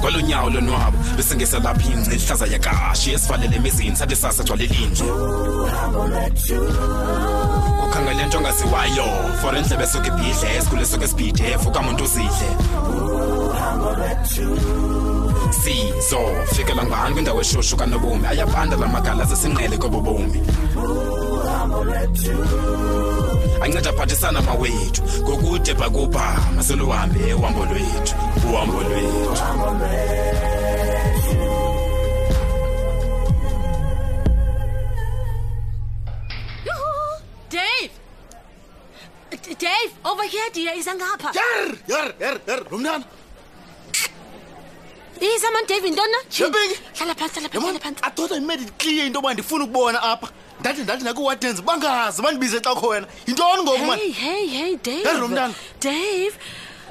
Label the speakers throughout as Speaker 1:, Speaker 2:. Speaker 1: kwalonyawo lonwabo bese ngesalapha ingci ihlaza yakashi esivalele emizini sathi sasa gcwale linje ukhangele nto ongaziwayo for endlebe esuke ibhidle esikhule esuke esibhidef ukamuntu uzidle sizo fikela ngubani kwindawo eshushu kanobomi ayabanda la magala zesinqele kobobomi anceda aphathisana mawethu ngokude bhakubhama seluhambe uhambo lwethu uhambo lwethu
Speaker 2: Yoo-hoo! Dave! D- Dave, over here dear, iza ngapha.
Speaker 3: Yar, yar, yar, yar, lo mntana.
Speaker 2: Iza man Dave intona?
Speaker 3: Yabingi.
Speaker 2: Hlala phansi, hlala phansi, hlala
Speaker 3: Yabona,
Speaker 2: phansi.
Speaker 3: I thought I made it clear into yoba ndifuna ukubona apha. Ndathi ndathi nakuwardens bangazi bandibize xa khona. Yintoni ngoku
Speaker 2: Hey,
Speaker 3: mani?
Speaker 2: hey, hey, Dave.
Speaker 3: Yar, lo mntana.
Speaker 2: Dave.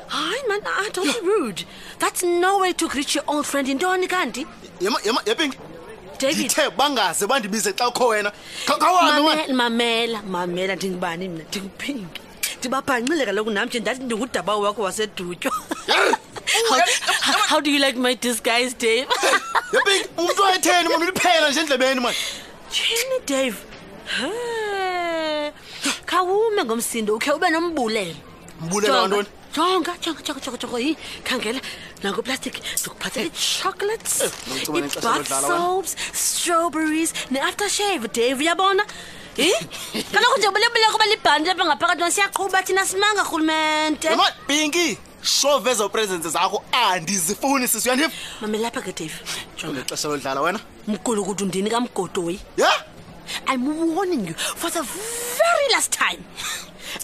Speaker 2: Hayi man, ah, don't be rude. That's no way to greet your old friend intoni kanti?
Speaker 3: Yema, yema, yabingi.
Speaker 2: David.
Speaker 3: Ndithe bangaze bandibize xa khona. Khawuhambe mani.
Speaker 2: Mamela, mamela, mamela ndingubani mina? Ndinguphinki. Ndibabhanxile kaloku nam nje ndathi ndingudaba wakho wasedutywa.
Speaker 3: Oh,
Speaker 2: How, how, how do you like my disguise, Dave?
Speaker 3: Yabingi, umuntu wayetheni mani uliphela nje endlebeni mani.
Speaker 2: Tshini Dave. He. Khawume ngomsindo ukhe ube nombulelo.
Speaker 3: Mbulela ntoni?
Speaker 2: Jonga, jonga, jonga, jonga, jonga. Yi, khangela nango plastic zokuphathela chocolates,
Speaker 3: Eh, ngicabanga ixesha
Speaker 2: bath
Speaker 3: lodlala, wena.
Speaker 2: soaps, strawberries ne-aftershave Dave uyabona? Hi? Kaloku nje bulebule kuba libhandi lapha ngaphakathi wena siyaqhuba thina simanga rhulumente.
Speaker 3: Yema, Pinky, show veza presence zakho andizifuni sisi uyandiva.
Speaker 2: Mamela lapha ke Dave. Jonga.
Speaker 3: Ngexesha lodlala wena.
Speaker 2: Mkulu ukuthi undini kamgodoyi.
Speaker 3: Yeah?
Speaker 2: I'm warning you for the very last time.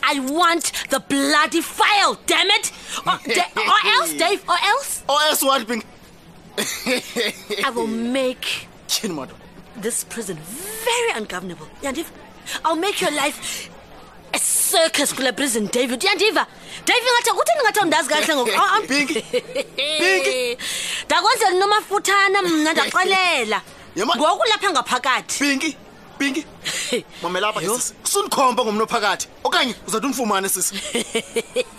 Speaker 2: I want the bloody file, damn it! Or, da- or else, Dave, or else
Speaker 3: OS1 Pinky.
Speaker 2: I will make
Speaker 3: Tyhini madod.
Speaker 2: this prison very ungovernable. Yandiva, I'll make your life a circus kule prison, David. Yandiva, David, ngathi ukuthi ningathandazi kahle ngoku. Ah, ah.
Speaker 3: Pinky. Pinky.
Speaker 2: Ndakwenzela nomafuthana mna ndaqalela.
Speaker 3: Yema-
Speaker 2: Ngoku lapha ngaphakathi.
Speaker 3: Pinky, Pinky. Mamela apha ke sisi. Usundikhomba ngomno phakathi okanye uzawuthi undifumane sisi.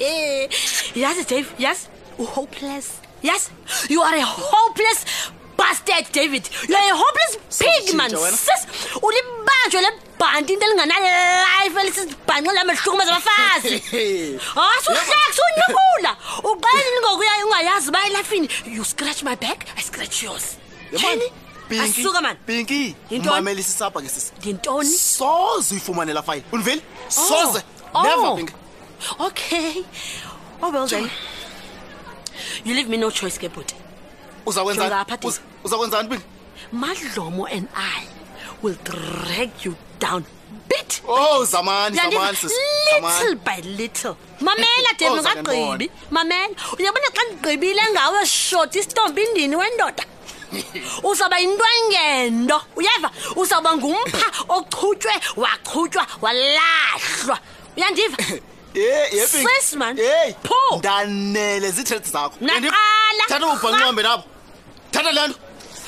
Speaker 2: Eh, yes, Dave. Yes, You're hopeless. Yes, you are a hopeless bastard, David. You are a hopeless pig, man.
Speaker 3: Sitya wena.
Speaker 2: Sis, ulibanjwe lebhanti into elinganalife elisibhanqela amehlukumeza abafazi. Ah, suhleka unyukula. Uqaleni ngokuya ungayazi ba elafini. You scratch my back, I scratch yours. Yini? Asuka man.
Speaker 3: Pinky,
Speaker 2: Yintoni?
Speaker 3: mamela isisapha ke sisi.
Speaker 2: Yintoni?
Speaker 3: Soze uyifumane la file. Univeli?
Speaker 2: Oh.
Speaker 3: Soze.
Speaker 2: Oh.
Speaker 3: Never Pinky.
Speaker 2: Okay. Oh well then. You leave me no choice, ke bhuti. Jonga
Speaker 3: Uzakwenza.
Speaker 2: apha, Dave.
Speaker 3: Uzakwenzani Pinky?
Speaker 2: Madlomo and I will drag you down bit
Speaker 3: Oh, zamani,
Speaker 2: Yandiva,
Speaker 3: zamani sisi.
Speaker 2: little
Speaker 3: Zamani.
Speaker 2: by little mamela de
Speaker 3: Oh,
Speaker 2: ngagqibi mamela uyabona xa ndigqibile ngawe shoti istombi indini wendoda uzawuba yintwengendo uyeva uzawuba ngumpha ochutywe wachutywa walahlwa uyandiva
Speaker 3: Hey, hey Pinky.
Speaker 2: Sis, man.
Speaker 3: Hey.
Speaker 2: Pho.
Speaker 3: Ndanele zithreats zakho.
Speaker 2: Mna
Speaker 3: Yandiva?
Speaker 2: qala.
Speaker 3: Thatha ubhanqambe lapho. Thatha le nto.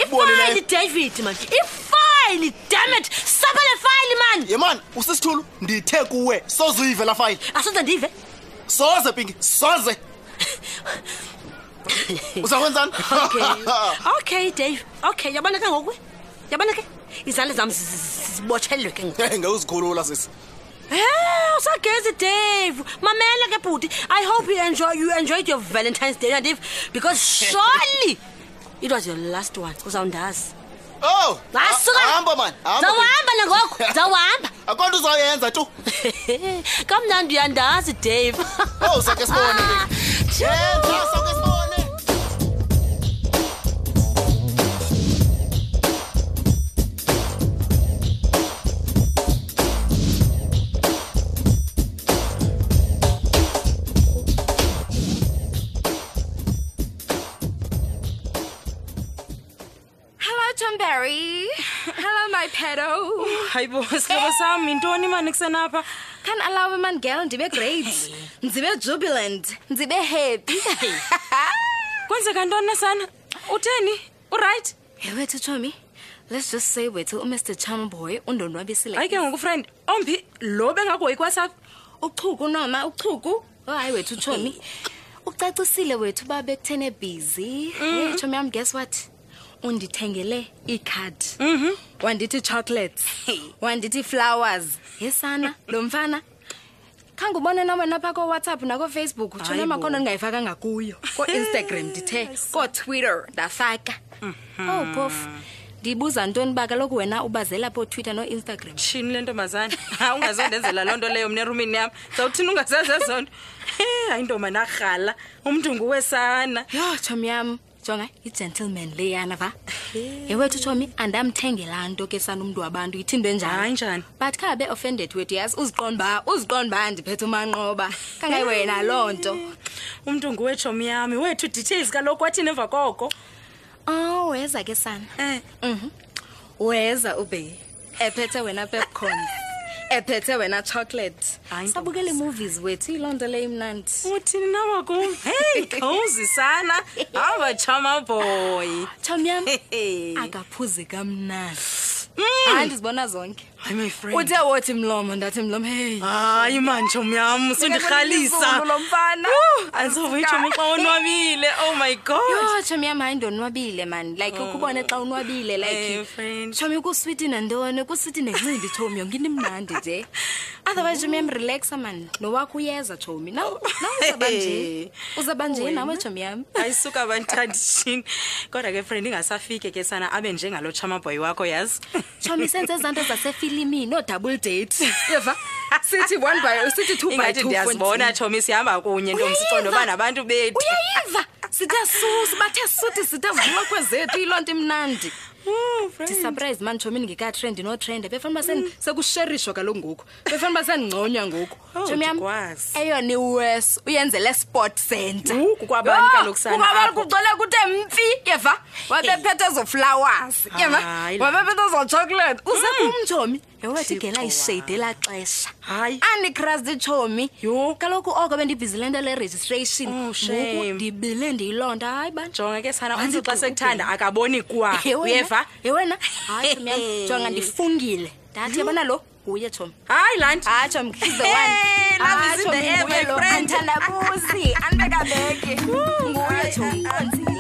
Speaker 2: ifayili david man ifayili dammit saba le fayili mani
Speaker 3: Yemani, usisithulu ndithe kuwe soze uyive la file.
Speaker 2: asoze ndive
Speaker 3: soze pinki soze uzakwenzani
Speaker 2: okay okay dave okay yabona ke ngoku yabona ke izandla zam zi- zi- zibotshelwe ke ngoku
Speaker 3: Hey, ngewuzikhulula sisi
Speaker 2: Eh, usagezi dave mamela ke bhuti i hope you, enjoy, you enjoyed your valentines day dave because surely it was your last one uzawundazi
Speaker 3: ow
Speaker 2: asuka
Speaker 3: Oh, hamba mani hamba, Pinky.
Speaker 2: zawuhamba nangoku zawuhamba
Speaker 3: akho nto uzawuyenza tu
Speaker 2: kamnandi uyandazi dave
Speaker 3: ow sakhe Oh, sibone
Speaker 2: Ah.
Speaker 3: Pinky. Yenza, sakhe sibone
Speaker 4: Hello, Tomberry. Hello, my pedo.
Speaker 5: hayi bo sihlobo sam yintoni mani kusenapha
Speaker 4: Can't allow a man girl ndibe great. Ndibe jubilant. Ndibe happy.
Speaker 5: kwenzeka ntoni nasana utheni urayithi
Speaker 4: Hey, wait, Tommy. Let's just say wait till Mr. Charm Boy undonwabisile.
Speaker 5: hayi ke ngoku friend omphi lo bengakuhoyi kwasapha
Speaker 4: uchuku noma uchuku. Oh, hayi wethu Tommy. ucacisile wethu uba bekuthene bhizi hey tshomi yam guess what undithengele iikhadi wandithi chocolates wandithi flowers yesana lo mfana khange ubone nam wena phaa koowhatsapp nakofacebook utshona amakhono ndingayifakanga kuyo kooinstagram ndithe kootwitter ndafaka ow pofu ndiyibuza ntoni uba kaloku wena ubazela pootwitter nooinstagram
Speaker 5: tshini le ntombazana ha ungazondenzela loo nto leyo mna erumini yam zawuthini ungazazi ezo nto e hayi ntombani arhala umntu nguwesana
Speaker 4: yho tshomi yam jonga i-gentleman leyana va yewethu tshomi andamthengela nto ke sana umntu wabantu yithinto
Speaker 5: hayi
Speaker 4: enjani
Speaker 5: njani
Speaker 4: but khabe offended wethu yazi uziqonda uba uziqonda uba ndiphethe umanqoba kangayi wena loo nto
Speaker 5: umntu nguwetshomi yami wethu details kaloku wathini emva koko
Speaker 4: oh weza ke sana
Speaker 5: Eh.
Speaker 4: Mhm. weza ube ephethe wena pepcorn ephethe wena chocolate
Speaker 5: Hayi,
Speaker 4: sabukele movies wethu yiloo nto leyo imnandi
Speaker 5: uthini nawakum heyi khawuzisana awubatshama boyi
Speaker 4: tshomi yam
Speaker 5: Hey.
Speaker 4: akaphuzi kamnandi
Speaker 5: Mm.
Speaker 4: hayi ndizibona zonke
Speaker 5: hayi my friend
Speaker 4: uthe wothi mlomo ndathi mlomo heyi
Speaker 5: hayi mani tshomi yam usundirhalisa
Speaker 4: lo mfana
Speaker 5: andizovuya itshomi xa onwabile oh my god
Speaker 4: yho tshomi yam hayi ndonwabile mani like ukubone xa unwabile
Speaker 5: Eh,
Speaker 4: like
Speaker 5: Oh. friend
Speaker 4: tshomi kuswiti nantoni kuswiti nencindi tshomi yonke into imnandi nje otherwise tshomi yam relaxa mani nowakho uyeza tshomi naw naw uzaba nje uzaba nje nawe tshomi yam
Speaker 5: ayisuka bantandishini kodwa ke friend ingasafike ke sana abe njengalo tshamaboyi wakho yazi
Speaker 4: tshomi senze ezaa nto zasefilimini oodouble date eva sithi one by sithi two by
Speaker 5: ingathi
Speaker 4: two
Speaker 5: ndiyazibona tshomi sihamba kunye ntombi siqonda uba
Speaker 4: Uyayiva.
Speaker 5: nabantu bethu
Speaker 4: uyayiva sithe susi bathe suthi sithe vuwa kwezethu yiloo nto imnandi
Speaker 5: Oh, friend.
Speaker 4: ndisurprise mani tshomi ndingekatrend notrend befana uba mm. sekusherishwa kaloku ngoku befana uba sendingconywa ngoku
Speaker 5: Oh,
Speaker 4: Tshomi yam
Speaker 5: ndikwazi.
Speaker 4: eyona iwes uyenzele sport center
Speaker 5: Uh, kukwabani kaloku sana
Speaker 4: kukwabani
Speaker 5: apho?
Speaker 4: kugcwele kuthe mfi yeva wabephethe zoflowers yeva
Speaker 5: Hayi, Mm. la.
Speaker 4: wabephethe zochocolate usekum tshomi yowethi
Speaker 5: Thixo
Speaker 4: igela isheyide elaa xesha
Speaker 5: Hayi.
Speaker 4: andicrasti tshomi
Speaker 5: Yho.
Speaker 4: kaloku oko bendibhizi le nto le-registration
Speaker 5: Oh,
Speaker 4: Ngoku
Speaker 5: shame.
Speaker 4: ndibile ndiyilonda hayi banjo
Speaker 5: jonga ke sana umntu xa
Speaker 4: Andibhubhe.
Speaker 5: sekuthanda akaboni kwa
Speaker 4: He Eh,
Speaker 5: Ah,
Speaker 4: wena,
Speaker 5: uyeva Eh.
Speaker 4: he wena hayi tshomi yam jonga ndifungile Hmm? ndathi yabona lo nguye tshomi
Speaker 5: hayi laa nto
Speaker 4: hayi tshomi he's the one.
Speaker 5: Hey, Eh, love
Speaker 4: Hayi,
Speaker 5: is in
Speaker 4: tshomi,
Speaker 5: the air,
Speaker 4: nguye
Speaker 5: my
Speaker 4: lo.
Speaker 5: friend. Hmm.
Speaker 4: Andithandabuzi, andibekabeke nguye tshomi Anzile.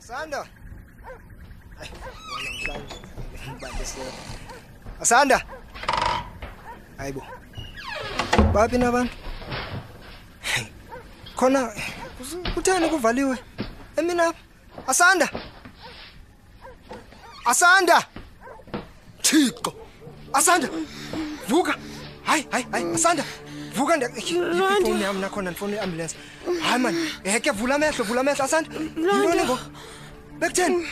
Speaker 6: Sanda. Ay, wala mhlawumbe. Ngibambisene. Asanda. Hayibo. Baphi nabantu? Hey. Khona kuze- kutheni kuvaliwe? Emina. Asanda. Asanda. Thixo. Asanda. Vuka. Hayi, hayi, hayi. Asanda. Vuka nda. Ifoni yami nakhona ndifuna iambulance. Hayi man, heke vula amehlo, vula amehlo Asanda. Yintoni ngoku? bekutheni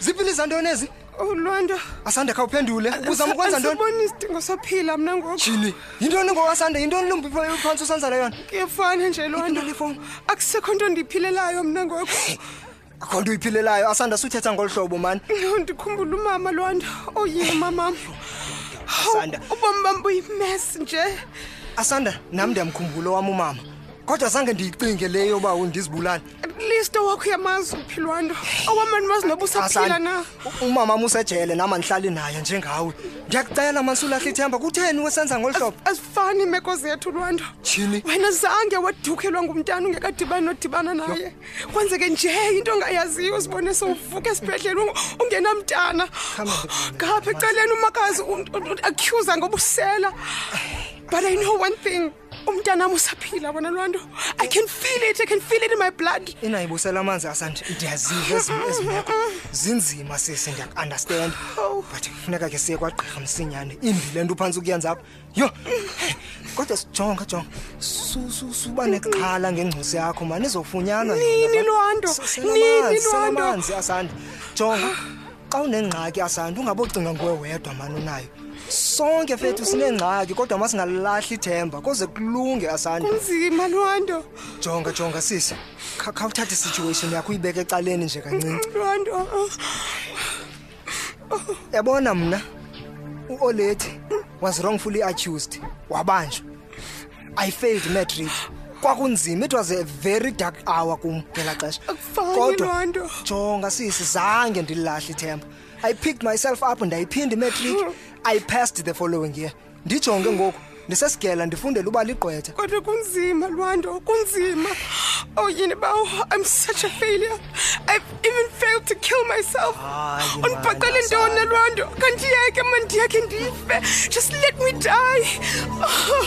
Speaker 6: ziphile izantoni ezi
Speaker 7: loo nto
Speaker 6: asande khawuphendule uzama ukwenza ntoni
Speaker 7: Oh, asiboni isidingo sophila mna ngoku
Speaker 6: jini yintoni ngoku asande yintoni lumbi phantsi usenzela yona
Speaker 7: kuyefana nje loo nto
Speaker 6: Yintoni le fowuni
Speaker 7: akusekho nto ndiyiphilelayo mna ngoku
Speaker 6: akho nto uyiphilelayo asanda suthetha ngolu hlobo mani
Speaker 7: Yho, ndikhumbula umama loo nto oyiyo mamam
Speaker 6: asanda
Speaker 7: ubomi bam buyimesi nje
Speaker 6: asanda nam ndiyamkhumbula wam umama kodwa zange ndiyicinge le yoba ndizibulale
Speaker 7: listo wakho uyamazi uphilwa nto owamani mazi noba usaphila na
Speaker 6: umama am usejele nam andihlali naye njengawe ndiyakucela mansulahla ithemba kutheni wesenza ngolu hlobo
Speaker 7: asifani imeko zethu loo nto
Speaker 6: Tshini?
Speaker 7: wena zange wadukelwa ngumntana ungekadibani nodibana naye kwenzeke nje into ongayaziyo uzibone sowuvuka esibhedlele unge- ungenamntana
Speaker 6: Khamba ndikuvule.
Speaker 7: ngapha eceleni umakazi accuse ngoba usela but i know one thing umntanam usaphila wona loo nto i can feel it i can feel it in my blood
Speaker 6: inayibusela amanzi asanje ndiyazile ezimeko zinzima sisi ndiyakuunderstanda but kufuneka ke siye kwagqirha msinyane imbi le nto uphantsi ukuyenza apha yho kodwa sijonga jonga Su- su- suba nexhala ngengcosi yakho mani izofunyanwa yona.
Speaker 7: Nini loo nto?
Speaker 6: Se- sela
Speaker 7: Nini
Speaker 6: amanzi,
Speaker 7: loo
Speaker 6: sela
Speaker 7: nto?
Speaker 6: amanzi asanda jonga xa unengxaki asanda ungabocinga nguwe wedwa mani unayo sonke fethu sinengxaki kodwa masingalilahli ithemba koze kulunge asanda
Speaker 7: kunzima loo nto
Speaker 6: jonga jonga sisi Kha- khawuthathe isituation yakho uyibeke ecaleni nje kancinci
Speaker 7: loo nto
Speaker 6: yabona mna uolethi was wrongfully accused wabanjwa i failed matric kwakunzima it was a very dark hour kum ngelaa xesha
Speaker 7: Akufani loo nto.
Speaker 6: jonga sisi zange ndililahle ithemba i picked myself up ndayiphinda imatric i passed the following year ndijonge ngoku ndisesigela ndifundele uba ligqwetha
Speaker 7: kodwa kunzima lwando kunzima oh yini bawo i'm such a failure i've even failed to kill myself
Speaker 6: Hayi,
Speaker 7: undibhaqele
Speaker 6: man,
Speaker 7: ntoni
Speaker 6: asana.
Speaker 7: lwando kandiyeke mandiyeke ndife just let me die